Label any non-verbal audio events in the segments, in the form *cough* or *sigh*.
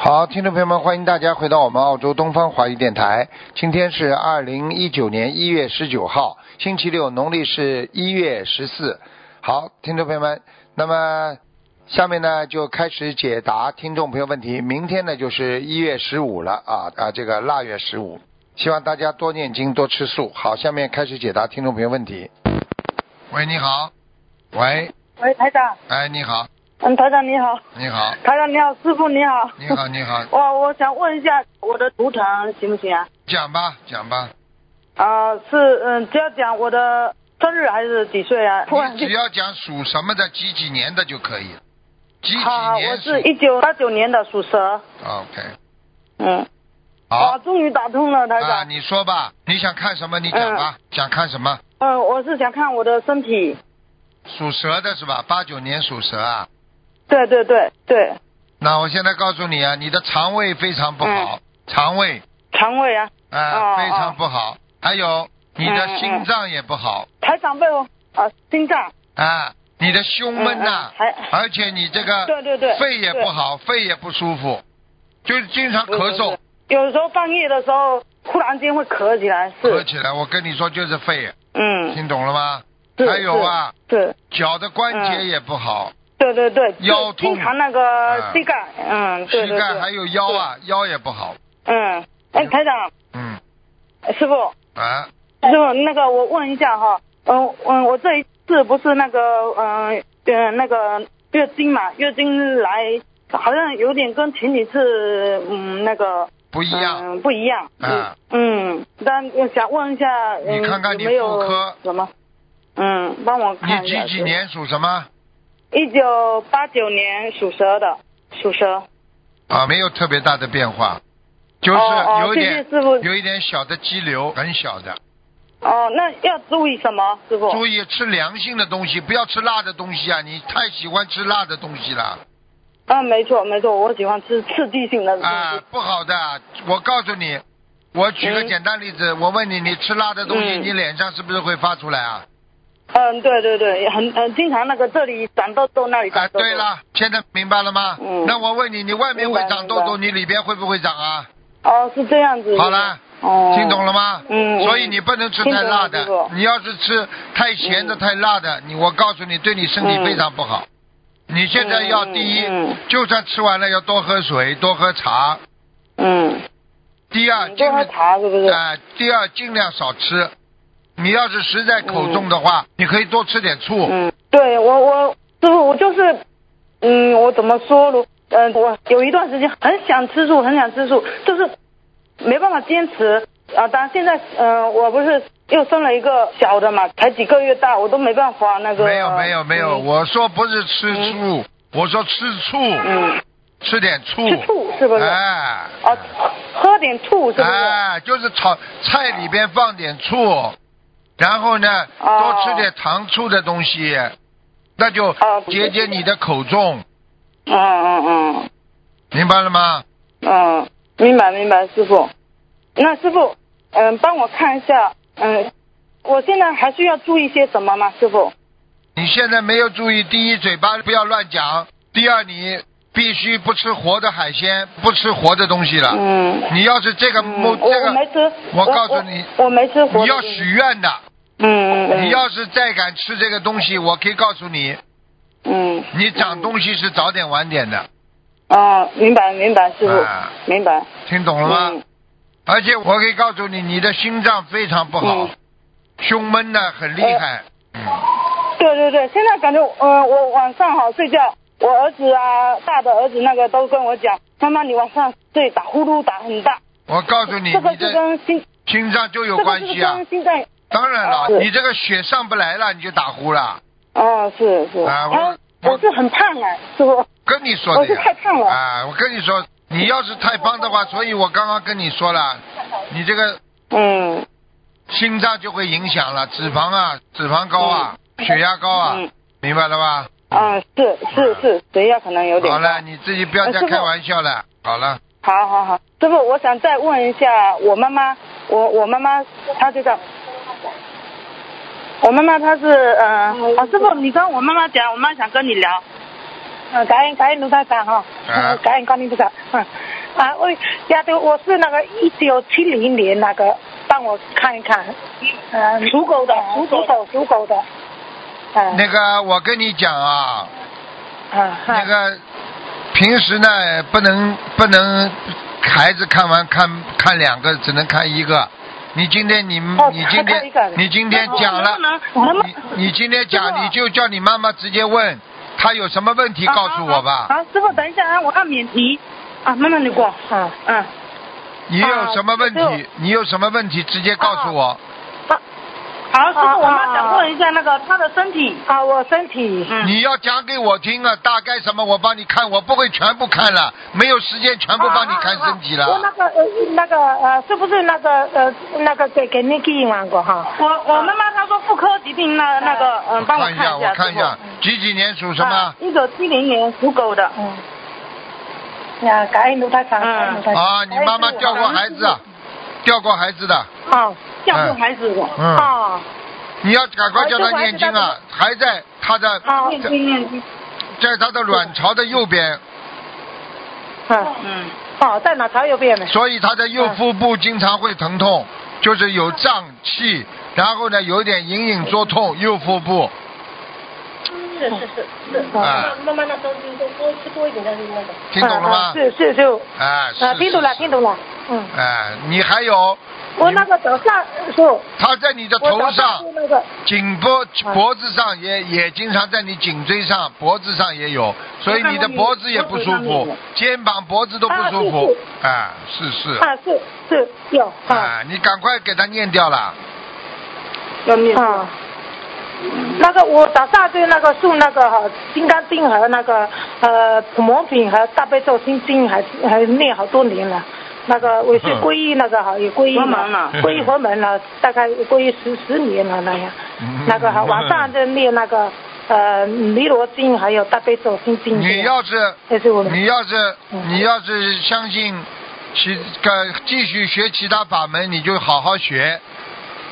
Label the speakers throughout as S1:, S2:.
S1: 好，听众朋友们，欢迎大家回到我们澳洲东方华语电台。今天是二零一九年一月十九号，星期六，农历是一月十四。好，听众朋友们，那么下面呢就开始解答听众朋友问题。明天呢就是一月十五了啊啊，这个腊月十五，希望大家多念经，多吃素。好，下面开始解答听众朋友问题。喂，你好。喂，
S2: 喂，台长，
S1: 哎，你好，
S2: 嗯，台长你好，
S1: 你好，
S2: 台长你好，师傅你好，
S1: 你好，你
S2: *laughs*
S1: 好，
S2: 我我想问一下我的图腾行不行啊？
S1: 讲吧，讲吧。
S2: 啊、是，嗯，就要讲我的生日还是几岁啊？突然
S1: 你
S2: 就
S1: 只要讲属什么的、几几年的就可以了。几几
S2: 好，啊我
S1: 年属
S2: 是一九八九年的属蛇，
S1: ？OK，
S2: 嗯，啊，
S1: 好
S2: 终于打通了，台
S1: 啊，
S2: 长，
S1: 你说吧，你想看什么？你讲吧，想看什么？
S2: 嗯，我是想看我的身体，
S1: 属蛇的是吧？八九年属蛇啊。
S2: 对对对对，
S1: 那我现在告诉你啊，你的肠胃非常不好，肠胃
S2: 肠胃啊，
S1: 啊、
S2: 嗯哦
S1: 非常不好，还有你
S2: 嗯
S1: 的
S2: 嗯
S1: 心脏也不好
S2: 台长被我啊心脏，
S1: 啊，你的胸闷呐、
S2: 嗯嗯还
S1: 而且你这个
S2: 对对对
S1: 肺也
S2: 对
S1: 不好，肺也不舒服，就是经常咳嗽，
S2: 有时候半夜的时候忽然间会咳起来，
S1: 咳
S2: 是，
S1: 起来。我跟你说就是肺，
S2: 嗯，
S1: 听懂了吗？
S2: 是
S1: 还有啊，，
S2: 是。是嗯
S1: 脚的关节也不好，
S2: 对对对，
S1: 腰
S2: 就
S1: 痛
S2: 经常那个
S1: 嗯
S2: 膝盖，嗯，对
S1: 膝
S2: 对
S1: 盖
S2: 对，
S1: 还有腰啊，腰也不好。
S2: 嗯，哎，台长，
S1: 嗯
S2: 师傅，
S1: 啊，
S2: 师傅，那个我问一下哈，嗯嗯，我这一次不是那个嗯呃那个月经嘛，月经来好像有点跟前几次嗯那个
S1: 不一样。
S2: 嗯不一样，
S1: 嗯
S2: 嗯嗯，但我想问一下，嗯、
S1: 你看看你
S2: 有没有
S1: 妇科
S2: 什么？嗯，帮我看
S1: 你
S2: 一下。
S1: 几几？年属什么？
S2: 一九八九年属蛇的，属蛇。
S1: 啊，没有特别大的变化，就是
S2: 哦哦
S1: 有一点
S2: 谢谢师傅
S1: 有一点小的肌瘤，很小的。
S2: 哦，那要注意什么，师傅？
S1: 注意吃凉性的东西，不要吃辣的东西啊！你太喜欢吃辣的东西了
S2: 啊，没错没错，我喜欢吃刺激性的东西。
S1: 啊，不好的。我告诉你，我举个
S2: 嗯
S1: 简单例子，我问你，你吃辣的东西，
S2: 嗯
S1: 你脸上是不是会发出来啊？
S2: 嗯，对对对，很很经常那个这里长痘痘，那里
S1: 啊
S2: 长，痘痘。
S1: 对了，现在明白了吗？
S2: 嗯
S1: 那我问你，你外面会长痘痘，你里边会不会长啊？
S2: 哦，是这样子。
S1: 好啦，
S2: 哦，
S1: 听懂了吗？
S2: 嗯嗯
S1: 所以你不能吃太辣的
S2: 听懂了师，傅
S1: 你要是吃太咸的、太辣的，你我告诉你，对你身体
S2: 嗯
S1: 非常不好。你现在要
S2: 嗯
S1: 第一
S2: 嗯，
S1: 就算吃完了要多喝水、多喝茶。
S2: 嗯，
S1: 第二，
S2: 你
S1: 尽
S2: 嗯多喝
S1: 量
S2: 茶是不是？
S1: 啊，第二尽量少吃。你要是实在口重的话，你可以多吃点醋。
S2: 嗯，对我我师傅我就是，嗯，我怎么说呢？嗯、我有一段时间很想吃素，很想吃素，就是没办法坚持啊。当然现在，嗯、我不是又生了一个小的嘛，才几个月大，我都没办法那个。
S1: 没有没有没有，
S2: 嗯
S1: 我说不是吃醋，我说吃醋，
S2: 嗯，
S1: 吃点醋。
S2: 吃醋是不是？
S1: 哎。
S2: 哦，喝喝点醋是不是？
S1: 哎，就是炒菜里边放点醋，然后呢，
S2: 哦
S1: 多吃点糖醋的东西，那就
S2: 哦
S1: 解解你的口重，
S2: 嗯嗯嗯
S1: 明白了吗？
S2: 嗯，明白明白，师傅。那师傅，嗯，帮我看一下，嗯，我现在还需要注意些什么吗，师傅？
S1: 啊你现在没有注意，第一，嘴巴不要乱讲；第二，你必须不吃活的海鲜，不吃活的东西了。
S2: 嗯，
S1: 你要是这个目、
S2: 嗯我
S1: 这
S2: 我没
S1: 个，
S2: 吃，
S1: 我告诉你
S2: 我我没吃活的。
S1: 你要许愿的。
S2: 嗯，嗯嗯，
S1: 你要是再敢吃这个东西，我可以告诉你，
S2: 嗯，
S1: 你长东西是早点晚点的，
S2: 哦，明白明白，师
S1: 啊
S2: 傅，明白。
S1: 听懂了吗？
S2: 嗯
S1: 而且我可以告诉你，你的心脏非常不好，
S2: 嗯
S1: 胸闷的很厉害。
S2: 对对对，现在感觉，嗯、我晚上好睡觉，我儿子啊，大的儿子那个都跟我讲，妈妈你晚上睡打呼噜打很大，
S1: 我告诉你，
S2: 哦这个
S1: 你
S2: 是
S1: 的
S2: 跟心，
S1: 心脏就有
S2: 这个
S1: 关
S2: 是
S1: 系啊。
S2: 跟心脏，
S1: 当然了
S2: 啊，是
S1: 你这个血上不来了，你就打呼了。
S2: 哦，是是，
S1: 啊我
S2: 然后
S1: 我
S2: 我是很胖哎、师傅，
S1: 跟你说的呀。
S2: 哦我是太胖了
S1: 啊，我跟你说，你要是太胖的话，所以我刚刚跟你说了，你这个
S2: 嗯
S1: 心脏就会影响了，脂肪啊，脂肪高啊，血压高啊，
S2: 嗯
S1: 明白了吧？
S2: 啊，是是是，血压可能有点
S1: 好
S2: 高，
S1: 了，你自己不要再
S2: 呃师傅
S1: 开玩笑了。好了，
S2: 好好好，师傅，我想再问一下我妈妈，我我妈妈她这个，我妈妈她是呃，啊，师傅，你跟我妈妈
S3: 呃
S2: 讲，我妈想跟你聊。嗯，感恩感恩卢台长哈
S1: 啊
S3: *laughs*
S2: 感恩观音菩萨。嗯，
S3: 啊，我家的我是那个一九七零年那个，帮我看一看，嗯，
S2: 属狗的
S3: 啊
S2: 属
S3: 属
S2: 狗的
S3: 狗属狗的，啊
S1: 那个我跟你讲啊，
S3: 啊
S1: 那
S3: 哈
S1: 个平时呢不能不能孩子看完看看两个，只能看一个。你今天你、
S3: 哦
S1: 你今
S3: 还看
S1: 天
S3: 一个
S1: 你今天讲了，
S2: 能不能能不能
S1: 你你今天
S3: 师
S1: 讲
S3: 傅
S1: 你就叫你妈妈直接问她有什么问题，告诉我吧。
S2: 好，好师傅等一下啊，我按免提啊，慢慢的过，
S3: 啊
S2: 嗯，
S1: 你有什么问
S3: 啊师
S1: 题？你有什么问题直接告诉我。
S2: 好，师傅，我妈
S3: 啊
S2: 想
S3: 啊
S2: 问一下那个她的身体，
S3: 啊，我身体
S2: 嗯，
S1: 你要讲给我听啊，大概什么我帮你看，我不会全部看了，没有时间全部帮你看身体
S3: 我那
S1: 了。
S3: 个呃那个呃是不是那个呃那个给给你寄完过哈？
S2: 我我妈妈她说妇科疾病那那个，嗯，帮我
S1: 看一下，啊我看
S2: 一
S1: 一
S2: 下啊
S1: 下，几几年属什
S3: 啊
S1: 么？
S2: 一九七零年属狗的，
S3: 嗯，呀，感恩卢台长，
S2: 嗯
S3: 感恩卢台长
S1: 啊，你妈妈掉过孩子啊，掉过孩子的，
S3: 哦
S2: 像这孩子我，
S1: 嗯，
S3: 哎哦
S1: 你要赶快叫她念经啊，还在她的
S3: 哦
S2: 念经念经，
S1: 在她的卵巢的右边，
S3: 嗯
S2: 嗯，
S3: 哦，在哪朝右边呢？
S1: 所以她的右腹部经常会疼痛，就是有胀气，然后呢有点隐隐作痛，
S3: 嗯
S1: 右腹部
S4: 是是是是，
S3: 哦
S1: 啊
S4: 慢慢的都就多多吃多一点，但是那个
S1: 听懂了
S3: 啊啊
S1: 吗？
S3: 是是是，
S1: 哎，
S3: 啊，
S1: 是
S3: 听懂了听。懂了，嗯，
S1: 是哎，你还有
S3: 我那个早上是，
S1: 她在你的
S3: 我
S1: 头
S3: 早
S1: 上
S3: 上是、那个
S1: 颈脖、脖子上也也经常在你颈椎上、脖子上也有，所以你的脖子也不舒服，肩膀、脖子都不舒服。啊，是是。
S3: 啊是是有啊
S1: 啊，你赶快给他念掉了。
S2: 要念，
S3: 啊。那个我早上就那个送那个哈《金刚经》和那个呃普门品和大悲咒心经还还念好多年了，那个我是
S1: 嗯
S3: 皈依那个哈也皈依
S2: 佛门了
S3: 皈依佛门了，大概皈依十十年了那样
S1: 嗯。
S3: 那
S1: *laughs*
S3: 个哈晚上就念那个呃弥罗经还有大悲咒心经。
S1: 你要是
S3: 这是我们
S1: 你要是
S3: 嗯
S1: 你要是相信其个继续学其他法门，你就好好学。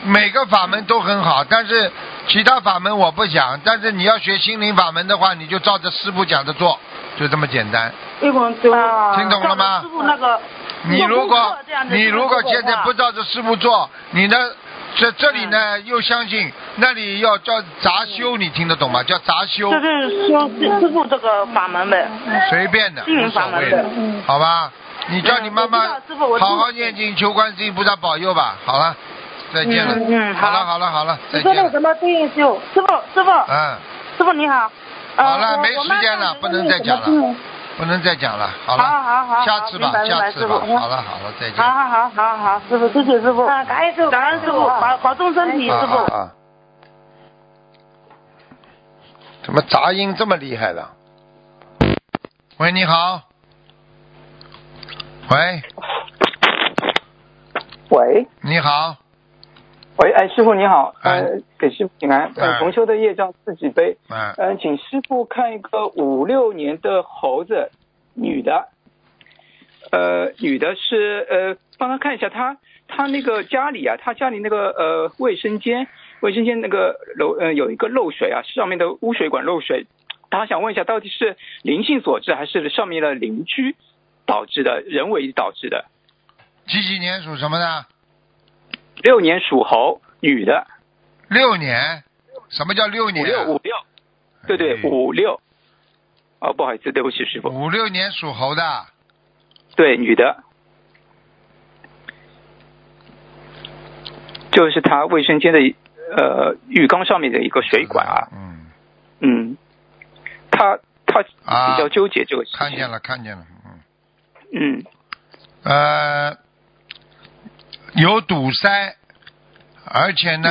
S1: 每个法门都很好，但是其他法门我不想。但是你要学心灵法门的话，你就照着师傅讲的做，就这么简单。
S2: 一共就
S3: 啊
S1: 听懂了吗
S2: 师傅那个，
S1: 你如果
S2: 这样的
S1: 你
S2: 就是
S1: 如果现在不
S2: 不
S1: 照着师傅做，你呢这这里呢
S2: 嗯
S1: 又相信，那里要叫杂修，你听得懂吗？叫杂修
S2: 就，是修师傅这个法门呗，
S1: 随便的，
S2: 心
S1: 无
S2: 灵
S1: 所
S2: 法门
S1: 谓
S2: 的
S1: 的，好吧？你叫你妈
S2: 嗯我知
S1: 妈
S2: 道师傅我听
S1: 好好念经，求观世音菩萨保佑吧。好了，再见了。
S2: 嗯嗯
S1: 好
S2: 好
S1: 了好了好了，再
S3: 你说
S1: 见
S3: 那个
S1: 了。
S3: 什么定修？
S2: 师傅师傅
S1: 嗯，
S2: 师傅你好，呃
S1: 好了，
S2: 我
S1: 没
S2: 我妈
S1: 时间了，
S2: 上次
S1: 不能再讲
S3: 那个什
S1: 了，不能再讲了。好
S2: 好
S1: 了，
S2: 好好，
S1: 下次吧
S2: 明，白明
S1: 下
S2: 白
S1: 次
S2: 师
S1: 吧。
S2: 傅，
S1: 好了好了，再见。
S2: 好好好好好，师傅谢谢师傅，
S3: 啊，感恩师傅，
S2: 感恩师傅，保保重身体，
S1: 啊
S2: 师
S1: 啊
S2: 傅。
S1: 啊！怎么杂音这么厉害的？喂，你好。喂，
S5: 喂，
S1: 你好，
S5: 喂，哎，师傅你好，
S1: 哎
S5: 呃，给师傅请安，
S1: 哎
S5: 呃，同修的业障自己背，
S1: 嗯、
S5: 嗯、请师傅看一个五六年的猴子，女的，呃，女的是呃，帮她看一下她她那个家里啊，她家里那个呃卫生间，卫生间那个楼呃有一个漏水啊，上面的污水管漏水，她想问一下到底是灵性所致还是上面的邻居导致的，人为导致的？
S1: 几几年属什么的？
S5: 六年属猴，女的。
S1: 六年？什么叫六
S5: 五
S1: 年啊、
S5: 六五六，对对
S1: 哎嗯
S5: 五六。哦，不好意思，对不起，师傅。
S1: 五六年属猴的，
S5: 对，女的，就是她卫生间的呃浴缸上面的一个水管啊，
S1: 嗯，
S5: 嗯，她她
S1: 啊
S5: 比较纠结这个事情。
S1: 看见。了，看见了，嗯，
S5: 嗯，
S1: 呃，有堵塞，而且呢，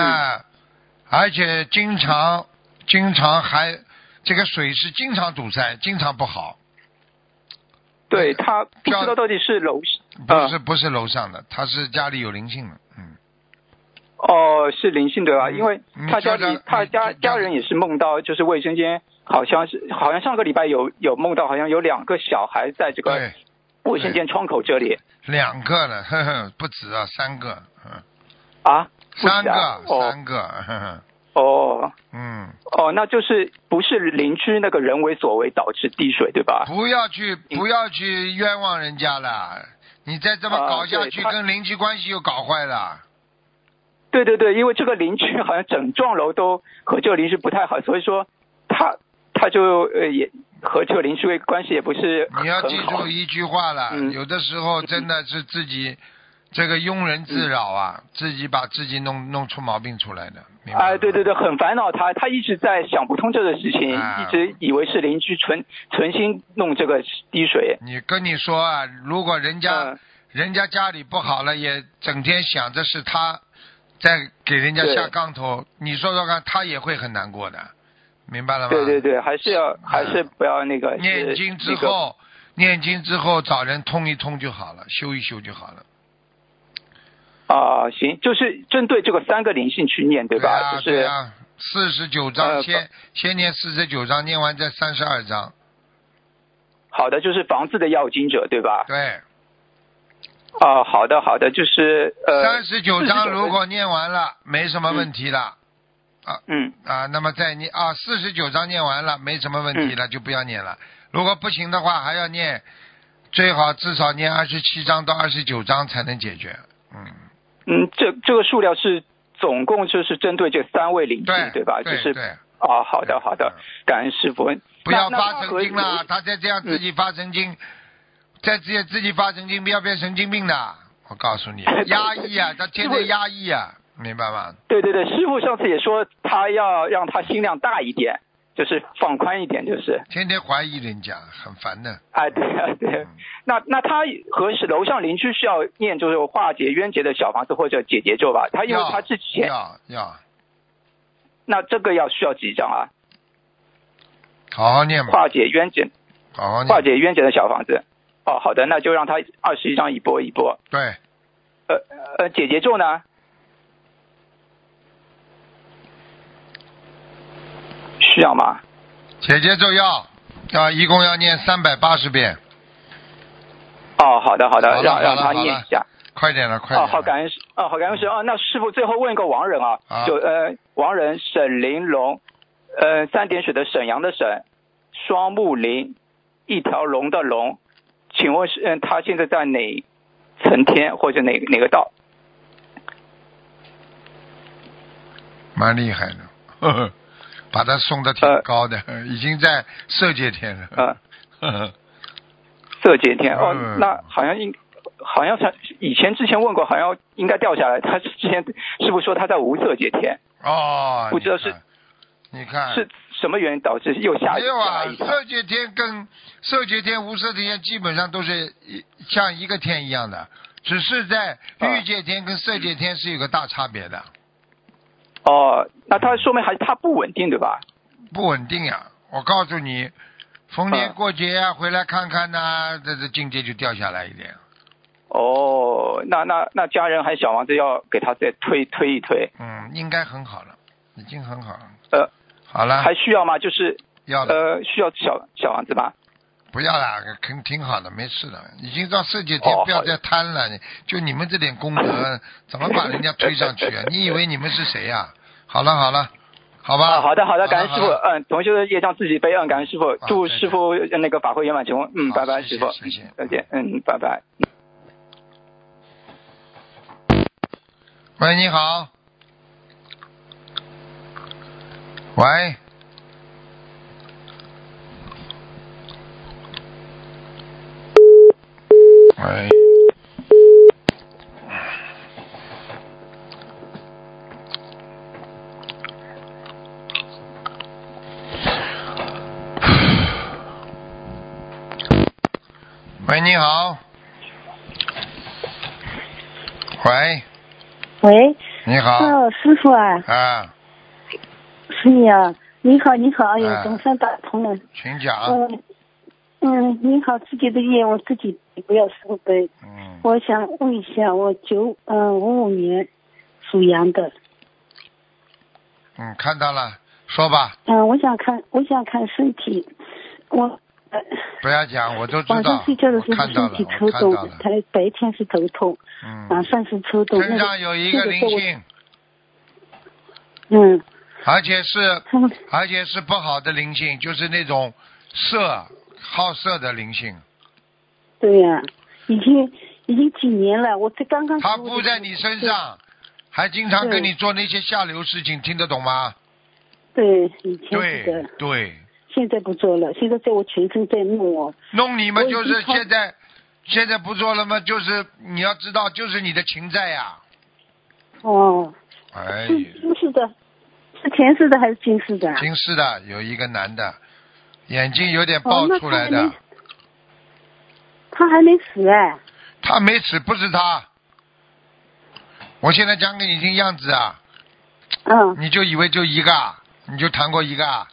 S1: 而且经常经常还这个水是经常堵塞，经常不好，
S5: 对，她不
S1: 哎叫
S5: 知道到底是楼呃
S1: 不
S5: 啊
S1: 是、不是楼上的，他是家里有灵性的，嗯，
S5: 哦，是灵性对吧？
S1: 嗯
S5: 因为
S1: 你
S5: 他
S1: 觉
S5: 家
S1: 得
S5: 里他
S1: 你
S5: 家
S1: 觉得
S5: 家人也是梦到，就是卫生间好像是好像上个礼拜有有梦到，好像有两个小孩在这个
S1: 对，
S5: 卫生间窗口这里
S1: 两个了，呵呵，不止啊，三个，嗯，
S5: 啊，不
S1: 三
S5: 止
S1: 个，
S5: 啊哦
S1: 三个，呵呵，
S5: 哦
S1: 嗯，
S5: 哦，那就是不是邻居那个人为所为导致滴水，对吧？
S1: 不要去不要去冤枉人家了，你再这么
S5: 啊
S1: 搞下
S5: 对
S1: 去，
S5: 他
S1: 跟邻居关系又搞坏了。
S5: 对对对，因为这个邻居好像整幢楼都和这个邻居不太好，所以说他他就呃也和这个邻居关系也不是
S1: 你要记
S5: 很好
S1: 住一句话了，
S5: 嗯
S1: 有的时候真的是自
S5: *laughs*
S1: 己这个庸人
S5: 嗯
S1: 自扰啊，自己把自己弄弄出毛病出来的，明白吗？
S5: 哎，对对对，很烦恼他，他一直在想不通这个事情，
S1: 啊
S5: 一直以为是邻居存存心弄这个滴水。
S1: 你跟你说啊，如果人家、
S5: 嗯
S1: 人家家里不好了，也整天想着是他在给人家
S5: 对
S1: 下杠头，你说说看，他也会很难过的，明白了吗？
S5: 对对对，还是要还是不要那个
S1: 啊念经之，
S5: 是那个
S1: 后，念经之后找人通一通就好了，修一修就好了，
S5: 啊，行，就是针对这个三个灵性去念，
S1: 对
S5: 吧？
S1: 啊，
S5: 就是
S1: 对啊，四十九章
S5: 呃
S1: 先先念四十九章，念完再三十二章，
S5: 好的，就是房子的要经者，对吧？
S1: 对，
S5: 啊，好的好的，就是呃，
S1: 三十九
S5: 49
S1: 章如果念完了，没什么问题了。
S5: 嗯
S1: 啊，那么再念啊，四十九章念完了，没什么问
S5: 嗯
S1: 题了，就不要念了。如果不行的话，还要念，最好至少念二十七章到二十九章才能解决。嗯，
S5: 嗯，这这个数量是总共就是针对这三位灵性
S1: 对，
S5: 吧？就
S1: 对
S5: 是
S1: 对，
S5: 啊，好的好的
S1: 嗯，
S5: 感恩师傅。
S1: 不要
S5: 那
S1: 发神经啦，。他再这样
S5: 嗯
S1: 自己发神经，再自己自己发神经，不要变神经病的。我告
S5: *laughs*
S1: 诉你
S5: 对，
S1: 压抑啊，他天
S5: 因
S1: 天
S5: 为
S1: 压抑啊，明白吗？
S5: 那对对对，师傅上次也说他要让他心量大一点，就是放宽一点，就是。
S1: 天天怀疑人家，很烦的。
S5: 哎，对啊，
S1: 嗯
S5: 对，那那他和楼上邻居是要念就是化解冤结的小房子或者解结咒吧？他因为
S1: 要
S5: 他之前
S1: 要要
S5: 那这个要需要几张啊？
S1: 好好念吧，
S5: 化解冤结
S1: 好好
S5: 化
S1: 念。
S5: 解冤结的小房子。哦，好的，那就让他二十一张一波一波。
S1: 对，
S5: 呃呃，解结咒呢？需要吗？
S1: 姐姐就要要一共要念三百八十遍，
S5: 哦，好的好
S1: 好了
S5: 的，让
S1: 好
S5: 让
S1: 了
S5: 他
S1: 好
S5: 念
S1: 了
S5: 一下。
S1: 快点了，快点
S5: 哦，
S1: 了。
S5: 好感恩师，哦好感恩师哦，那师傅最后问一个亡人啊，
S1: 啊
S5: 就呃亡人沈玲珑，呃三点水的沈阳的沈，双木林，一条龙的龙，请问是嗯、他现在在哪层天或者哪哪个道？
S1: 蛮厉害的， *laughs* 呵呵把他送的挺
S5: 呃
S1: 高的，已经在色界天了。
S5: 呃，
S1: 呵呵
S5: 这几天哦
S1: 嗯，
S5: 那好像应好像是以前之前问过，好像应该掉下来。他 *laughs* 之前师傅说他在无色界天，
S1: *laughs* 哦，
S5: 不知道
S1: 你看
S5: 是
S1: 你看
S5: 是什么原因导致又下
S1: 嗯没有
S5: 下
S1: 啊
S5: 来一？场？
S1: 色界天跟色界天、无色界天基本上都是一像一个天一样的，只是在欲界天跟色界天是有个大差别的，
S5: 哦，那他说明还是他不稳定对吧？
S1: 不稳定呀、我告诉你，逢年过节啊，回来看看呐、这这境界就掉下来一点。
S5: 哦，那那那家人还小王子要给他再推推一推，
S1: 嗯，应该很好了，已经很好了。
S5: 呃，
S1: 好了，
S5: 还需要吗？就是
S1: 啊要了，
S5: 呃，需要小小王子吗？
S1: 不要了，挺挺好的，没事的，已经到世界天
S5: 哦，
S1: 不要再贪了。你就你们这点功
S5: *laughs*
S1: 德，怎么把人家推上去啊？你以为你们是谁呀、好了好了，好吧。
S5: 啊，好的好的，感恩师傅，
S1: 好了
S5: 嗯，同修的业障自己背，嗯，感恩师傅，祝
S1: 再见
S5: 师傅呃那个法会圆满成功，嗯，
S1: 啊好
S5: 拜拜，
S1: 谢谢
S5: 师傅，
S1: 谢谢
S5: 再见，嗯，拜拜。
S1: 喂，你好。喂。喂。喂，你好。喂，
S6: 喂，
S1: 你好。
S6: 哦，师傅啊，
S1: 啊，
S6: 是你啊，你好，你好，哎
S1: 哎啊
S6: 呀，总算打通了，
S1: 请讲。
S6: 嗯，嗯，你好，自己的业我自己不要收呗。
S1: 嗯，
S6: 我想问一下，我九嗯五五年属羊的，
S1: 嗯，看到了，说吧，
S6: 嗯，我想看，我想看身体，我呃
S1: 不要讲，我都知
S6: 晚
S1: 道
S6: 上，睡觉的时
S1: 我
S6: 候
S1: 看到
S6: 身
S1: 了，
S6: 体
S1: 我
S6: 抽
S1: 看
S6: 动
S1: 到了，，
S6: 才白天是头痛，
S1: 嗯，
S6: 晚啊上是抽动，那
S1: 身
S6: 个
S1: 上有一个
S6: 那
S1: 灵
S6: 时候我
S1: 性，
S6: 嗯，
S1: 而且是
S6: 他们
S1: 而且是不好的灵性，就是那种色好色的灵
S6: 啊
S1: 性，
S6: 对呀、已经已经几年了，我才刚刚
S1: 他附在你身上，还经常跟你做那些下流事情，听得懂吗？
S6: 对，以前是
S1: 对
S6: 的，
S1: 对，
S6: 现在不做了，现在在我全身在弄哦我，
S1: 弄你们就
S6: 我已
S1: 是
S6: 经超
S1: 现在现在不做了吗？就是你要知道，就是你的情债呀、
S6: 哦，
S1: 哎
S6: 是，今世的，是前世的还是今世的啊？
S1: 今世的有一个男的，眼睛有点
S6: 哦
S1: 爆，
S6: 那
S1: 出
S6: 他
S1: 来
S6: 还
S1: 的，
S6: 没，他还没死哎，
S1: 他没死，不是他。我现在讲给你听样子啊，
S6: 嗯，
S1: 你就以为就一个啊，你就谈过一个啊，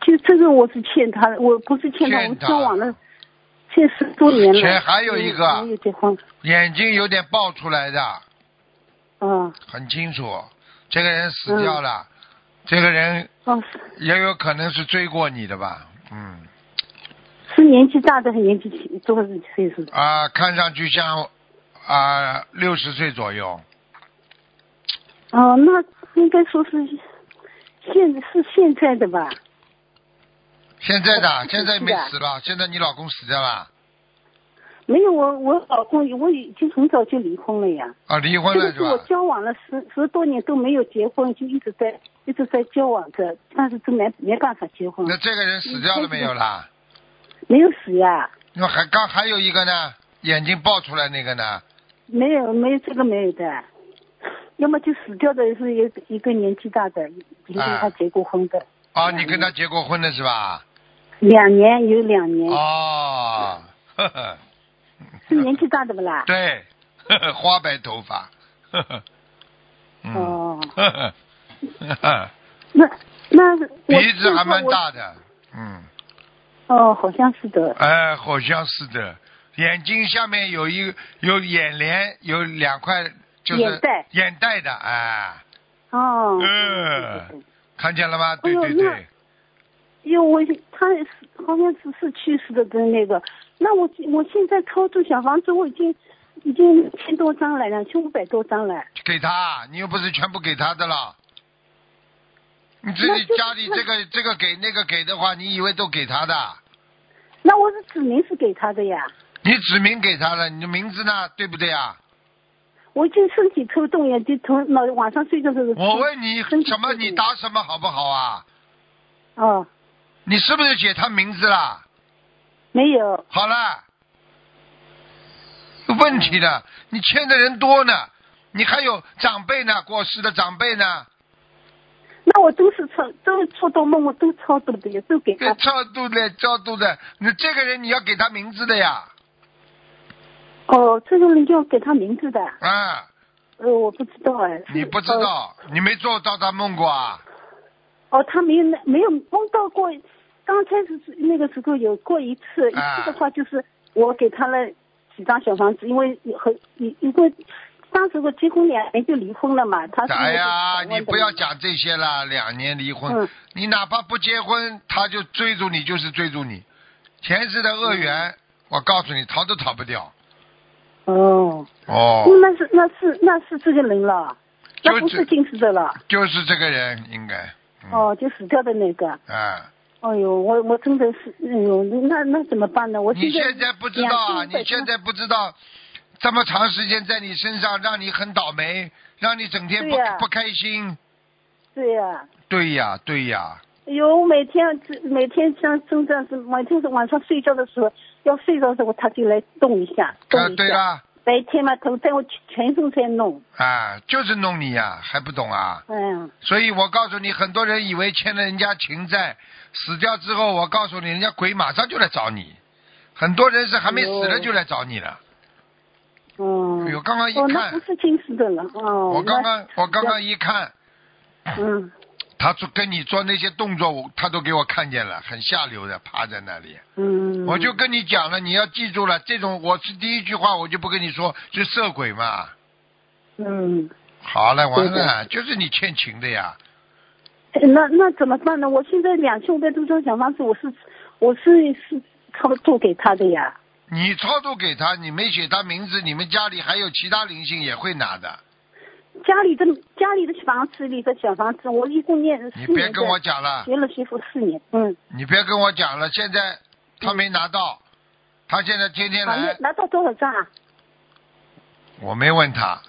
S6: 就这个我是欠他的，我不是欠他，
S1: 欠
S6: 我
S1: 他
S6: 交往了欠十多年了，
S1: 且还有一个
S6: 没有结婚，
S1: 眼睛有点爆出来的，
S6: 嗯，
S1: 很清楚。这个人死掉了，这个人
S6: 哦，是
S1: 也有可能是追过你的吧？嗯
S6: 是年纪大的还是年纪多少岁数？
S1: 啊，看上去像啊六十岁左右，
S6: 哦，那应该说是现是现在的吧？
S1: 现在的
S6: 哦
S1: 现在没
S6: 是的
S1: 死了，现在你老公死掉了
S6: 没有，我我老公我已经很早就离婚了呀。
S1: 啊，离婚
S6: 这
S1: 了
S6: 个
S1: 是
S6: 是我
S1: 吧？
S6: 交往了十十多年都没有结婚，就一直在一直在交往着，但是都没没办法结婚
S1: 那，这个人死掉了没有啦？
S6: 没有死呀，
S1: 那还刚还有一个呢，眼睛爆出来那个呢？
S6: 没有没有这个没有的，要么就死掉的是一一个年纪大的，一个跟他结过婚的，
S1: 啊，
S6: 嗯嗯
S1: 你跟他结过婚了是吧？
S6: 两年有两年，
S1: 哦， *laughs* 呵呵，
S6: 是年纪大的不啦？
S1: 对， *laughs* 呵呵，花白头发， *laughs* 呵呵，嗯， *laughs*
S6: 哦
S1: 呵呵，呵呵，
S6: 那那我
S1: 鼻子还蛮大的，嗯，
S6: 哦，好像是的，
S1: 哎，好像是的，眼睛下面有一有眼帘，有两块就是
S6: 眼袋
S1: 眼袋的，哎，
S6: 哦，
S1: 嗯
S6: 对对对
S1: 看见了吗？对
S6: 哎呦
S1: 对
S6: 那
S1: 对，
S6: 因为我他是好像是是去世的跟那个，那我我现在操作小房子我已经已经千多张了，两千五百多张了。
S1: 给他，你又不是全部给他的了。你自己
S6: 那就
S1: 家里
S6: 那
S1: 这个这个给那个给的话，你以为都给他的？
S6: 那我是指明是给他的呀，
S1: 你指名给他了，你的名字呢？对不对啊？
S6: 我已经身体抽动了，就头脑晚上睡觉的时候。
S1: 我问你
S6: 身体
S1: 什么？
S6: 抽动
S1: 你答什么好不好啊？
S6: 哦，
S1: 你是不是写他名字啦？
S6: 没有，
S1: 好了，有问题的，你欠的人多呢，你还有长辈呢，过世的长辈
S6: 哦
S1: 呢，
S6: 那我都是操都做到梦，我都操作的，也都给他。
S1: 超度的超度的，你这个人你要给他名字的呀，
S6: 哦，这个人要给他名字的，
S1: 啊，
S6: 呃，我不知道 *laughs* 哎。是
S1: 你不知。道，你没做到他梦过啊？
S6: 哦，哦他没有那没有梦到过，刚开始是那个时候有过一次，一
S1: 啊
S6: 次的话就是我给他了几张小房子，因为很一一个。当时我结婚两年就离婚了嘛，啊他是
S1: 哎呀，
S6: 那个台湾的
S1: 你不要
S6: 嘛
S1: 讲这些啦，两年离婚，
S6: 嗯
S1: 你哪怕不结婚，他就追逐你，就是追逐你。前世的恶缘，
S6: 嗯
S1: 我告诉你，逃都逃不掉。
S6: 哦，
S1: 哦，
S6: 那是那是那是这个人了，那
S1: 就
S6: 不
S1: 是
S6: 近视的了。
S1: 就是这个人应该。嗯、。
S6: 哦，就死掉的那个。
S1: 啊，
S6: 哎呦，我我真的是，哎呦，那那怎么办呢？我
S1: 你现在
S6: 在
S1: 不知道啊，
S6: 两
S1: 你
S6: 千五百
S1: 现在不知道，这么长时间在你身上，让你很倒霉，让你整天不、
S6: 对呀
S1: 不开心。
S6: 对呀、
S1: 对呀，对呀，
S6: 哎呦，我每天每天像真的是，每天晚上睡觉的时候，要睡着的时候他就来动一下，动
S1: 啊，
S6: 一
S1: 对
S6: 下。
S1: 啦，
S6: 白天嘛，头在我全身在弄，
S1: 啊，就是弄你呀、还不懂啊？
S6: 哎呀，
S1: 所以我告诉你，很多人以为欠了人家情债，死掉之后，我告诉你，人家鬼马上就来找你。很多人是还没死
S6: 哎
S1: 呢
S6: 呦
S1: 就来找你了。
S6: 嗯。
S1: 哎呦，刚刚一
S6: 哦，那
S1: 看
S6: 不，是近视的了，哦。
S1: 我刚
S6: 那
S1: 刚我刚刚一看，
S6: 嗯，
S1: 他做跟你做那些动作，我他都给我看见了，很下流的，趴在那里。
S6: 嗯。
S1: 我就跟你讲了，你要记住了，这种我是第一句话我就不跟你说是色鬼嘛。
S6: 嗯。
S1: 好了，完
S6: 对
S1: 了，就是你欠情的呀。
S6: 哎那那怎么办呢？我现在两千五百多张小房子，我是我是是操作给他的呀。
S1: 你超度给他，你没写他名字，你们家里还有其他灵性也会拿的。
S6: 家里的家里的房子里的小房子，我一共念了四
S1: 你
S6: 年
S1: 别跟
S6: 的
S1: 我讲了，
S6: 学了学佛四年，嗯，
S1: 你别跟我讲了，现在他没拿到，他现在天天
S6: 好，那
S1: 来，
S6: 拿到多少张啊？
S1: 我没问他，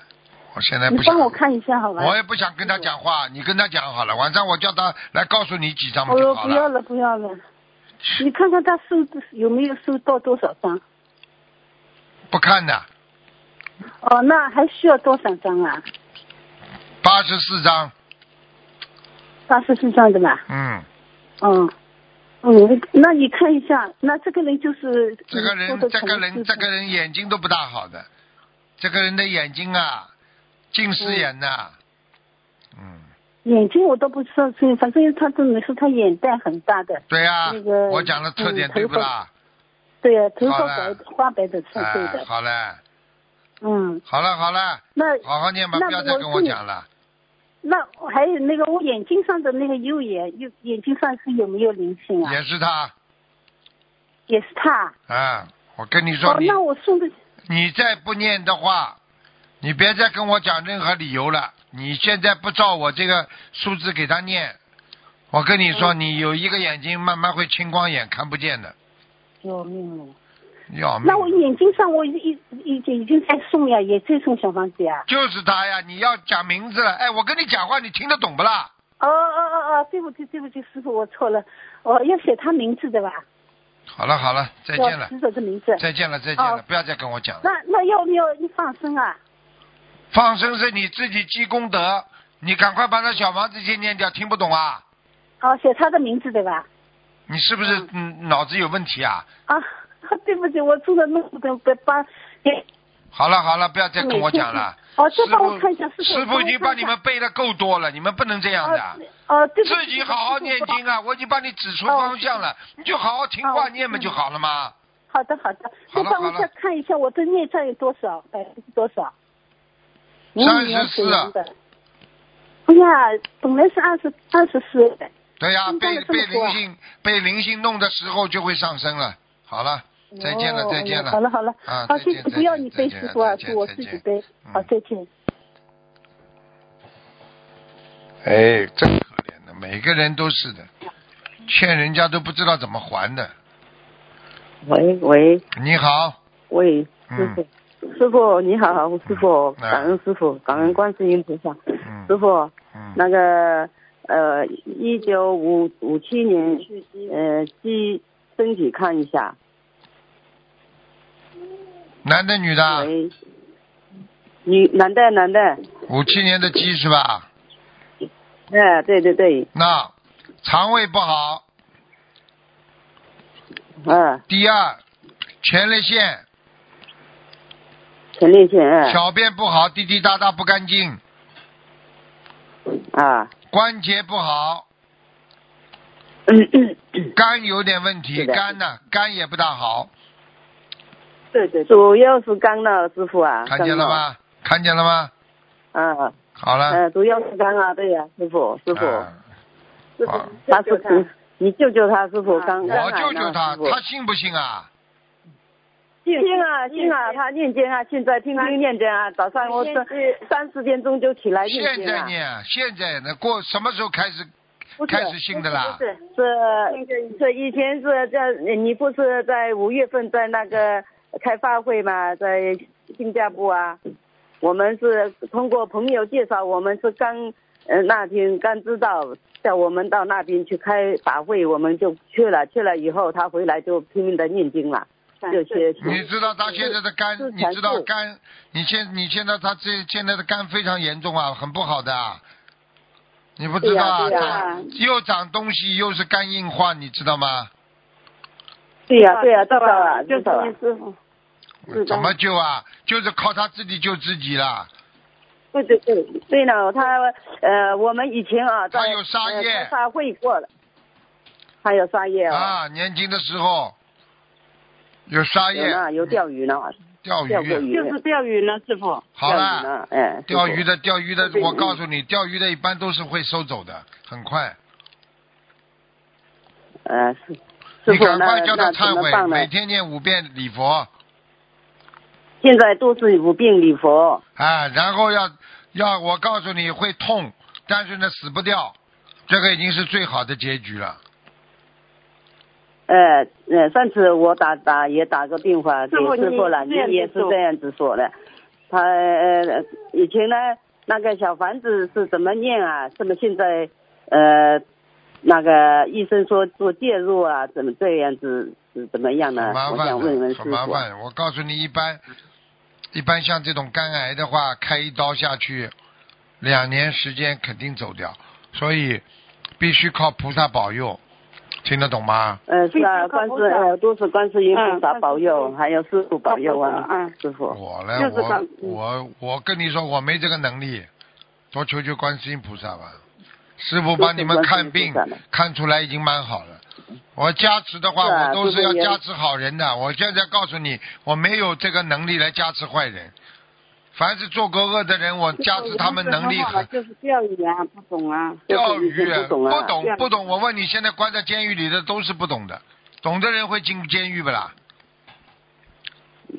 S1: 我现在
S6: 你
S1: 哎不想
S6: 帮，我看一下好吧？
S1: 我也不想跟他讲话，你跟他讲好了，晚上我叫他来告诉你几张不
S6: 我
S1: 就
S6: 说
S1: 好
S6: 哦不要
S1: 了。
S6: 了，不要了。你看看他收有没有收到多少张？
S1: 不看的，
S6: 哦，那还需要多少张啊？
S1: 八十四张，
S6: 八十四张的吧？
S1: 嗯，
S6: 嗯，嗯，那你看一下，那这个人就是
S1: 这个
S6: 你
S1: 人
S6: 嗯说，的
S1: 这个
S6: 可能
S1: 人，
S6: 是
S1: 这个人眼睛都不大好的，这个人的眼睛啊，近视眼呐、嗯，
S6: 眼睛我都不知道是，反正他这种是他眼袋很大的，
S1: 对呀、
S6: 那个
S1: 我讲的特点
S6: 嗯
S1: 对不啦？
S6: 对呀、头
S1: 好
S6: 发
S1: 了
S6: 白花白的，是对
S1: 哎
S6: 的，，
S1: 好了，
S6: 嗯，
S1: 好了，好了，
S6: 那
S1: 好好念吧，
S6: 那
S1: 不要再跟我
S6: 我是
S1: 讲了。
S6: 那还有那个我眼睛上的那个右眼，右眼睛上是有没有灵性啊？
S1: 也是他
S6: 也是他。
S1: 啊！我跟你说
S6: 哦，，
S1: 你
S6: 那我送的
S1: 你再不念的话，你别再跟我讲任何理由了。你现在不照我这个数字给他念，我跟你
S6: 嗯
S1: 说，你有一个眼睛慢慢会青光眼，看不见的，
S6: 要命了。
S1: 要命
S6: 那！我眼睛上我已已已已经在送呀，也在送小房子呀。
S1: 就是他呀！你要讲名字了，哎，我跟你讲话，你听得懂不啦？
S6: 哦哦哦哦，对不起对不起，师傅我错了，哦要写他名字的吧？
S1: 好了好了，再见
S6: 要
S1: 了，
S6: 死者的名字。
S1: 再见了，再见了，
S6: 哦
S1: 不要再跟我讲了。
S6: 那那要不要一放生啊？
S1: 放生是你自己积功德，你赶快把那小房子先念掉，听不懂啊？
S6: 哦，写他的名字对吧？
S1: 你是不是嗯脑子有问题啊？
S6: 啊， *laughs* 对不起，我做的弄不懂，别帮也
S1: 好了好了，不要再跟我讲了。
S6: 哦，
S1: 师
S6: 再帮我
S1: 傅
S6: 看一下，师傅
S1: 师
S6: 帮
S1: 傅
S6: 我
S1: 已经
S6: 看
S1: 帮
S6: 一
S1: 你
S6: 下
S1: 们背的够多了，你们不能这样的。啊
S6: 哦，哦对不起哦
S1: 自己好好念。经啊！我已经帮你指出方向了，你就好好听话念不就好了吗？
S6: 好的，好的，
S1: 好了
S6: 再帮
S1: 好
S6: 我
S1: 了
S6: 再看一下我的孽障有多少，百分之多少？
S1: 34
S6: 嗯你要写一个哎呀，本来是二十二十四的，
S1: 对呀、
S6: 嗯
S1: 被
S6: 这么
S1: 被
S6: 说
S1: 灵性被灵性弄的时候就会上升了。好了，再见了，
S6: 哦
S1: 再见了。
S6: 好了好了，
S1: 啊再
S6: 好，谢
S1: 见
S6: 谢，
S1: 再
S6: 不要
S1: 见
S6: 你
S1: 再
S6: 背
S1: 见
S6: 师傅啊，
S1: 再见
S6: 是我
S1: 再
S6: 自己
S1: 见
S6: 背。好，
S1: 嗯
S6: 再见。
S1: 哎，真可怜的，每个人都是的，欠人家都不知道怎么还的。
S7: 喂喂
S1: 你好，
S7: 喂，师
S1: 嗯
S7: 傅，师傅你好，师傅，
S1: 嗯
S7: 感恩师傅，感恩观世音菩萨，
S1: 嗯
S7: 师傅，
S1: 嗯，
S7: 那个呃，一九五五七年，呃，鸡身体看一下，
S1: 男的女的啊？嗯
S7: 喂，女男的男的，
S1: 五七年的鸡是吧？
S7: 哎，对对对，
S1: 那肠胃不好，
S7: 嗯，
S1: 第二前列腺、
S7: 前列腺，哎，
S1: 小便不好，滴滴答答不干净， *coughs*
S7: 啊，
S1: 关节不好，肝有点问题，
S7: 是的
S1: 肝呢、肝也不大好，
S7: 对对，主要是肝了，师傅啊，
S1: 看见了
S7: 肝了？
S1: 吗？看见了吗？
S7: 嗯，
S1: 好了，
S7: 呃，主要是肝啊，对呀，师傅，师傅。
S1: 啊
S4: 师
S6: 嗯
S1: 好
S4: 傅，
S7: 他
S4: 救
S7: 是
S4: 救
S7: 同，你救救他，师傅
S4: 啊
S7: 刚刚
S1: 我
S7: 来
S1: 救
S7: 呢
S1: 救他，
S7: 师傅
S1: 他信不信啊？
S7: 信啊信啊，他念经啊，现在天天念经啊，早上我
S4: 现
S7: 三三四点钟就起来念
S1: 现
S7: 经
S1: 在
S7: 啊，
S1: 念，现在呢？过什么时候开始
S7: 不是
S1: 开始信的啦？
S7: 是是是以前是在你不是在五月份在那个开发会嘛，在新加坡啊，我们是通过朋友介绍，我们是刚呃那天刚知道叫我们到那边去开法会，我们就去了，去了以后他回来就拼命的念经了，
S4: 啊
S7: 就学习。
S1: 你知道他现在的肝
S7: 嗯是，
S1: 你知道
S7: 全部
S1: 肝，你现你现在他这现在的肝非常严重啊，很不好的、啊，你不知道啊，
S7: 对呀对呀
S1: 长又长东西，又是肝硬化，你知道吗？
S7: 对呀、对呀、啊知道了，知道了。
S6: 师傅。
S7: 是的
S1: 怎么救啊？就是靠他自己救自己了。
S7: 对对对，对了，他呃，我们以前啊，在
S1: 他有沙叶
S7: 呃开发会过了，还有沙叶哦，
S1: 啊，年轻的时候有沙
S7: 有
S1: 叶，
S7: 呢，有钓鱼呢，
S1: 钓
S7: 钓过
S1: 鱼，啊
S7: 鱼，就是
S3: 钓鱼呢，师傅。
S1: 好
S7: 钓鱼
S1: 了，
S7: 呢，哎，是
S1: 钓鱼的钓鱼的
S7: 对，
S1: 我
S7: 嗯
S1: 告诉你，钓鱼的一般都是会收走的，很快。
S7: 呃，是
S1: 你
S7: 师傅
S1: 赶
S7: 那
S1: 快叫他
S7: 那怎
S1: 忏
S7: 么办
S1: 悔，
S7: 呢
S1: 每？天念五遍礼佛。
S7: 现在都是无病礼佛，
S1: 啊，然后要要我告诉你会痛，但是呢死不掉，这个已经是最好的结局了。
S7: 呃呃，上次我打打也打过电话解
S2: 师傅
S7: 释过了，
S2: 你
S7: 你
S2: 这样
S7: 也
S2: 子
S7: 是
S2: 说
S7: 这样子说的。他、呃、以前呢，那个小房子是怎么念啊？是么现在呃，那个医生说做介入啊，怎么这样子是怎么样呢
S1: 很？麻
S7: 我
S1: 烦
S7: 想问问
S1: 的，
S7: 师
S1: 很麻
S7: 傅。
S1: 烦。我告诉你，一般一般像这种肝癌的话，开一刀下去，两年时间肯定走掉，所以必须靠菩萨保佑，听得懂吗？
S7: 呃，是啊，观世呃都是观世音菩萨
S2: 嗯
S7: 保佑，还有师傅保佑啊，
S2: 嗯
S7: 师傅。
S1: 我呢，
S2: 就是把
S7: 嗯
S1: 我我我跟你说，我没这个能力，多求求观世音菩萨吧。师傅帮你们看病
S7: 都是观世音菩萨的，
S1: 看出来已经蛮好了。我加持的话，
S7: 是啊
S1: 我都是要
S7: 师傅也
S1: 加持好人的。我现在告诉你，我没有这个能力来加持坏人。凡是做过恶的人，我加持他们能力很。
S2: 就是钓鱼啊，不懂啊。
S1: 钓
S7: 就是以
S1: 鱼
S7: 前不懂啊，
S1: 不懂不懂，我问你，现在关在监狱里的都是不懂的，懂的人会进监狱不啦？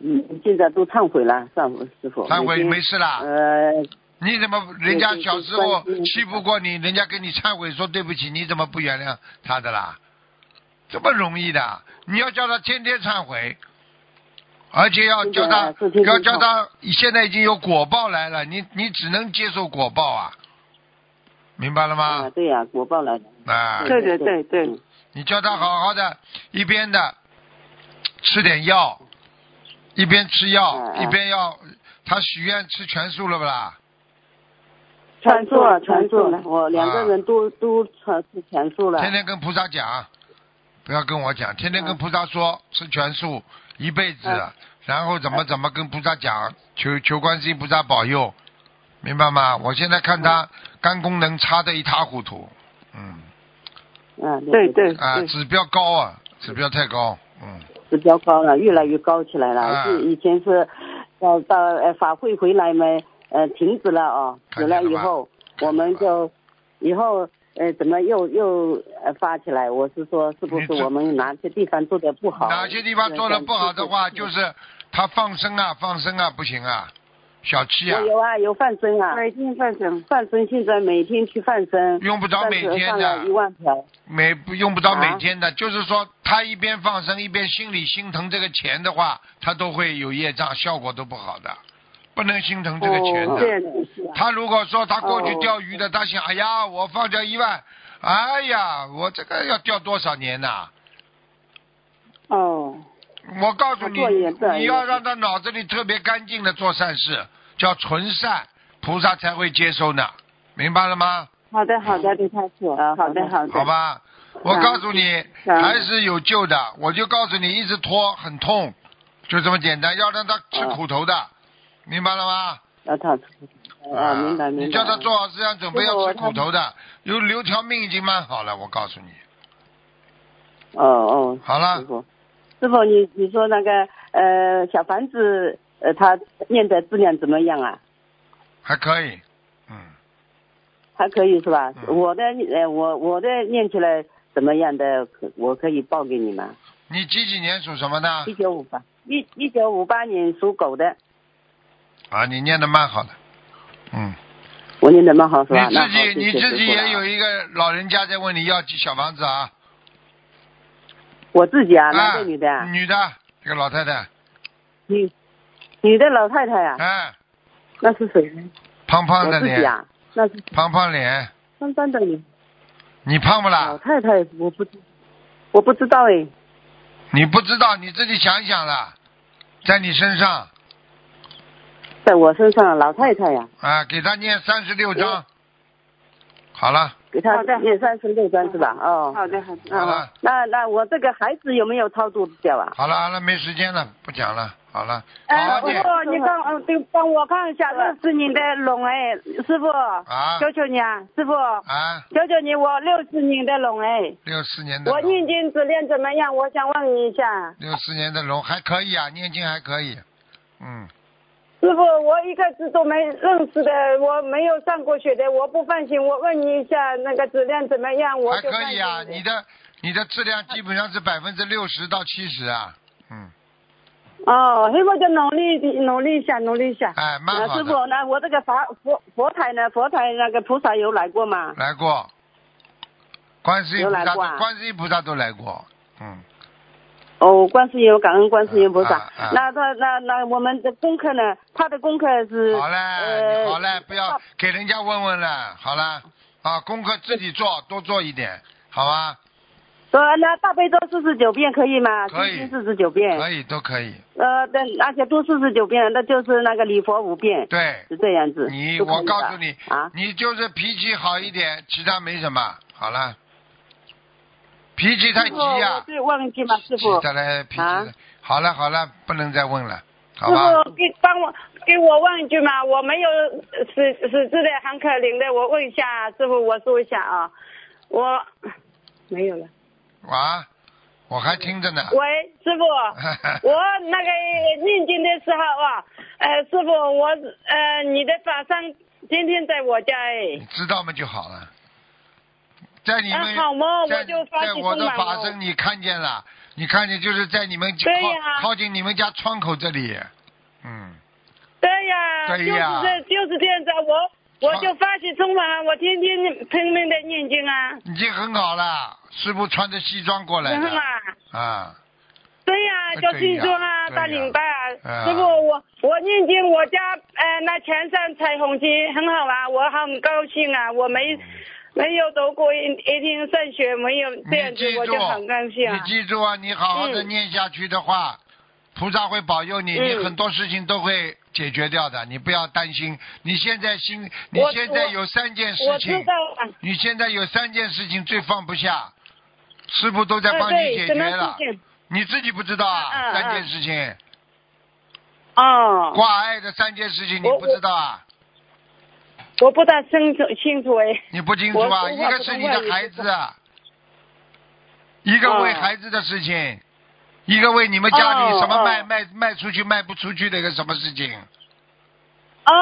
S7: 嗯，现在都忏悔了，忏悔师傅。
S1: 忏悔
S7: 每天
S1: 没事啊啦。
S7: 呃，
S1: 你怎么人家
S7: 对对
S1: 小
S7: 对
S1: 时候
S7: 关心
S1: 欺负过你，人家跟你忏悔说对不起，你怎么不原谅他的啦？这么容易的，你要叫他天天忏悔，而且要
S7: 是的
S1: 叫他
S7: 是天天
S1: 要叫
S7: 忏
S1: 他，现在已经有果报来了，你你只能接受果报啊，明白了
S7: 啊，
S1: 吗？
S7: 对呀、果报来了。
S1: 啊，
S2: 对对对对，
S1: 你叫他好好的，一边的吃点药，一边吃药，
S7: 嗯嗯
S1: 一边要他许愿吃全素了不啦？
S7: 传错了，传错
S2: 啊
S7: 了，我两个人都、都传是全素了。
S1: 啊天天跟菩萨讲，不要跟我讲，天天跟菩萨
S7: 嗯
S1: 说吃全素一辈子，然后怎么怎么跟菩萨讲，求求观世音菩萨保佑，明白吗？我现在看他肝功能差的一塌糊涂，嗯，
S7: 嗯，
S2: 对对
S1: 啊，
S2: 对，
S1: 指标高啊，指标太高，嗯，
S7: 指标高了，越来越高起来了。
S1: 啊
S7: 是以前是到到呃法会回来没呃停止了哦，
S1: 看
S7: 回
S1: 见了吧啊
S7: 来以后
S1: 看见了吧
S7: 我们就以后呃怎么又又呃发起来？我是说是不
S1: 你
S7: 是
S1: 这
S7: 我们哪些地方做的不好？
S1: 哪些地方做的不好的话，就是他放生啊，放生啊，不行啊，小气啊
S7: 我，有啊，有放生啊，
S2: 每天放生。
S7: 放生现在每天去放生，
S1: 用不着每天
S7: 上
S1: 的
S7: 了一，万条。
S1: 没不用不到
S7: 啊
S1: 每天的，就是说他一边放生一边心里心疼这个钱的话，他都会有业障，效果都不好的，不能心疼这个钱
S7: 哦，
S1: 的。
S7: 这样子是啊。
S1: 他如果说他过去钓鱼的，他想，哎呀，我放掉一万，哎呀，我这个要钓多少年呐、
S7: 哦，
S1: 我告诉你
S7: 他做也哎对，
S1: 你要让他脑子里特别干净的做善事，叫纯善，菩萨才会接收呢，明白了吗？
S2: 好的好的，李太师，
S7: 啊
S2: 好的好的。
S1: 好吧，我告诉你，
S2: 嗯
S1: 还是有救的。我就告诉你，一直拖很痛，就这么简单。要让他吃
S7: 啊
S1: 苦头的，明白了吗？
S7: 要他，啊，明白明嗯白。
S1: 你叫他做好思想准备，
S7: 如果
S1: 要吃苦头的，留留条命已经蛮好了。我告诉你，
S7: 哦哦，
S1: 好了
S7: 师，傅，师傅，你你说那个呃小房子呃，他念的质量怎么样啊？
S1: 还可以，嗯，
S7: 还可以是吧？
S1: 嗯
S7: 我的呃我我的念起来怎么样的？可我可以报给你吗？
S1: 你几几年属什么呢
S7: 一？九五八一一九五八年属狗的，
S1: 啊，你念的蛮好的，嗯。
S7: 我念的蛮好是吧？
S1: 你
S7: 那
S1: 自己
S7: 好谢
S1: 你
S7: 谢
S1: 自己
S7: 师傅了
S1: 也有一个老人家在问你要几小房子啊？
S7: 我自己啊，
S1: 啊，嗯
S7: 男的女的啊？
S1: 女的，这个老太太，
S7: 女女的老太太啊，
S1: 哎，
S7: 那是谁呢？
S1: 胖胖的
S7: 我自己
S1: 脸，
S7: 啊，那是
S1: 胖胖脸，
S7: 三三的你
S1: 你胖不
S7: 老
S1: 啦？
S7: 太太，我不知我不知道哎，
S1: 你不知道，你自己想一想啦，在你身上
S7: 在我身上老太太呀、
S1: 啊，给他念三十六
S7: 嗯
S1: 章，好了，
S7: 给他
S2: 好的
S7: 念三十六章是吧？哦，
S2: 好的好的。
S1: 好了，
S7: 那那我这个孩子有没有超度掉啊？
S1: 好了，好了，没时间了，不讲了，好了，
S7: 呃
S1: 好
S2: 哎，
S1: 好
S2: 师
S1: 念
S2: 傅，你帮呃对帮我看一下
S6: 嗯
S2: 这是你的龙哎，师傅，
S1: 啊
S2: 求求你啊，师傅，
S1: 啊，
S2: 求求你，我六四年的龙哎，
S1: 六四年的
S2: 我
S1: 嗯龙，
S2: 念经质量怎么样？我想问你一下，
S1: 六四年的龙还可以啊，念经还可以，嗯，
S2: 师傅，我一个字都没认识的，我没有上过学的，我不放心。我问你一下，那个质量怎么样？我
S1: 还
S2: 就
S1: 可以啊，
S2: 放心
S1: 你的你的质量基本上是百分之六十到七十啊，嗯，
S7: 哦，那我就努力努力一下，努力一下。
S1: 哎蛮好的
S7: 呃师傅，那我这个法佛佛台呢？佛台那个菩萨有来过吗？
S1: 来过，观世音
S7: 有
S1: 菩
S7: 来
S1: 萨都，
S7: 过啊
S1: 观世音菩萨都来过，嗯，
S7: 哦，观世音有感恩观世音菩萨。
S1: 啊啊啊
S7: 那他那那我们的功课呢？他的功课是
S1: 好嘞，
S7: 呃
S1: 你好嘞，不要给人家问问了，好了，啊，功课自己做，多做一点，好吗？
S7: 说那大悲咒四十九遍可以吗？
S1: 可以
S7: 心经四十九遍。
S1: 可以，都可以，
S7: 呃，对，而且读四十九遍，那就是那个礼佛五遍，
S1: 对，
S7: 是这样子。
S1: 你
S7: 就可以
S1: 我告
S7: 了
S1: 诉你
S7: 啊，
S1: 你就是脾气好一点，其他没什么，好了，脾气太急
S7: 哦我
S1: 呀、
S7: 对，忘记吗，师
S1: 急
S7: 傅？
S1: 的嘞，脾气
S7: 啊
S1: 的，好了好了，不能再问了，好吧？
S2: 师傅，给帮我给我问一句嘛，我没有识识字的，很可怜的，我问一下师傅，我说一下啊，我没有了。
S1: 啊，我还听着呢。
S2: 喂，师傅，我那个念经的时候啊，呃，师傅，我呃，你的法上今天在我家
S1: *laughs*
S2: 哎
S1: 你，知道嘛就好了。在你们、
S2: 啊好嘛
S1: 在
S2: 我就发起
S1: 在我的
S2: 动嘛
S1: 法身你看见了，你看见就是在你们靠、
S2: 对呀
S1: 靠近你们家窗口这里，嗯，
S2: 对呀，
S1: 对呀
S2: 就是这就是这样子啊，我。我
S1: 好
S2: 就发起冲啊！我天天拼命的念经啊，
S1: 已经很好了。师傅穿着西装过来
S2: 然
S1: 的
S2: 后啊，
S1: 啊，
S2: 对呀、
S1: 哎
S2: 叫
S1: 对
S2: 听
S1: 呀
S2: 说啊，
S1: 对
S2: 大
S1: 呀
S2: 领班啊，
S1: 啊
S2: 师傅，我我念经，我家呃那墙上彩虹旗很好啊，我很高兴啊，我
S1: 嗯
S2: 没没有读过一一天上学，没有这样
S1: 你
S2: 子
S1: 记，
S2: 我
S1: 住
S2: 就很高兴啊
S1: 你。记住啊，你好好的
S2: 嗯
S1: 念下去的话，菩萨会保佑你，
S2: 嗯
S1: 你很多事情都会解决掉的，你不要担心。你现在心，你
S2: 我
S1: 现在
S2: 我
S1: 有三件事
S2: 我
S1: 情，
S2: 知道啊，
S1: 你现在有三件事情最放不下，师傅都在
S2: 啊
S1: 帮你
S2: 对，
S1: 解
S2: 什
S1: 决
S2: 么事
S1: 了，
S2: 情？
S1: 你自己不知道啊？
S2: 嗯嗯
S1: 三件事情，
S2: 哦，
S1: 挂碍的三件事情你
S2: 我
S1: 不知道啊？
S2: 我不大清楚清楚哎。
S1: 你不清楚啊？
S2: 我
S1: 一个是你的孩子啊，一个为孩子的事情，一个为你们家里
S2: 嗯哦
S1: 什么卖
S2: 哦
S1: 卖卖出去卖不出去的一个什么事情？
S2: 哦，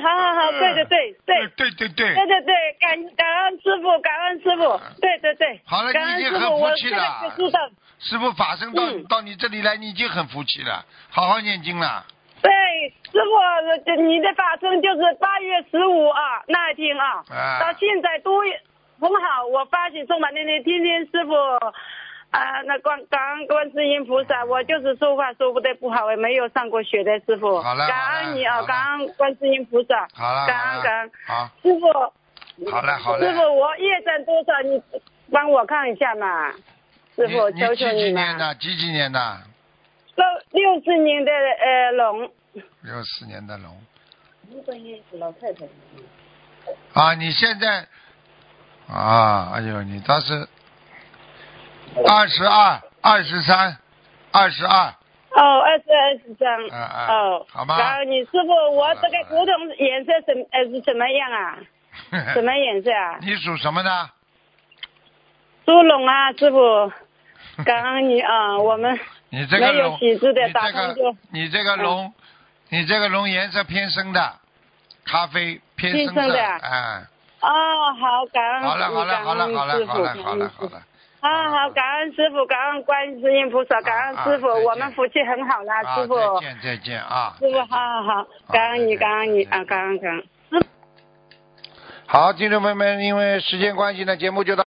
S2: 好好
S6: 嗯
S2: 好，对对对对
S1: 嗯对对对
S2: 对
S1: 对，
S2: 对对，感感恩师傅，感恩师傅，对对对。
S1: 嗯好了，
S2: 感
S1: 你已
S2: 恩
S1: 经
S2: 师
S1: 很
S2: 傅，
S1: 服
S2: 我
S1: 气
S2: 现在
S1: 了
S2: 就。知道。
S1: 师傅法身到
S2: 嗯
S1: 到你这里来，你已经很服气了，好好念经了。
S2: 对，哎师傅，呃你的法身就是八月十五啊那一天啊，
S1: 啊
S2: 到现在都很好。我发起送法念念，天天师傅啊，那观感恩观世音菩萨，我就是说话说不对不好，也没有上过学的师傅。
S1: 好了
S2: 哦感
S1: 好了
S2: 恩你
S1: 好
S2: 啊，
S1: 了
S2: 感恩观世音菩萨，
S1: 好了，
S2: 感
S1: 好
S2: 恩
S1: 了
S2: 感恩
S1: 好。
S2: 师傅。
S1: 好嘞，好嘞。
S2: 师傅，我业障多少？你帮我看一下嘛，师傅，
S1: 你
S2: 求
S1: 几
S2: 求
S1: 几年
S2: 嘛。
S1: 的？几几年的？
S2: 六六十年的呃龙，
S1: 六四年的龙
S8: 日本也有老太太。
S1: 啊！你现在啊，哎呦，你倒是二十二、二十三、二十二，
S2: 哦，二十二十张。
S1: 嗯嗯
S2: 哦，
S1: 好吧
S2: 然后你师傅，我这个
S1: 好
S2: 古董颜色什么呃是什么样啊？
S1: 哎
S2: 什么颜色啊？
S1: *laughs* 你属什么的？
S2: 猪笼啊，
S1: *laughs*
S2: 师傅，感恩你啊，我们
S1: 你这个
S2: 没有
S1: 龙，
S2: 喜字的
S1: 你
S2: 打
S1: 这
S2: 嗯通
S1: 个
S2: 就
S1: 你这个龙，你这个龙颜色偏深的，咖啡偏深
S2: 偏深的啊
S1: 哎、
S2: 哦，好感恩
S1: 好了，好
S2: 你，
S1: 了，
S2: 感
S1: 好了，
S2: 恩
S1: 好
S2: 师
S1: 了，
S2: 傅，
S1: 好了，好
S2: 感恩
S1: 了，
S2: 师
S1: 好
S2: 傅。
S1: 了。
S2: 啊，
S1: 好
S2: 好，
S1: 了
S2: 感恩师傅，感恩观世音菩萨，感恩
S1: 啊
S2: 师傅，
S1: 啊再见
S2: 我们福气很好啦，
S1: 啊
S2: 师
S1: 再
S2: 傅。
S1: 见，再见啊！
S2: 师傅，好好好，感恩你，感恩你啊，感恩感恩。
S1: 好，听众朋友们，因为时间关系呢，节目就到。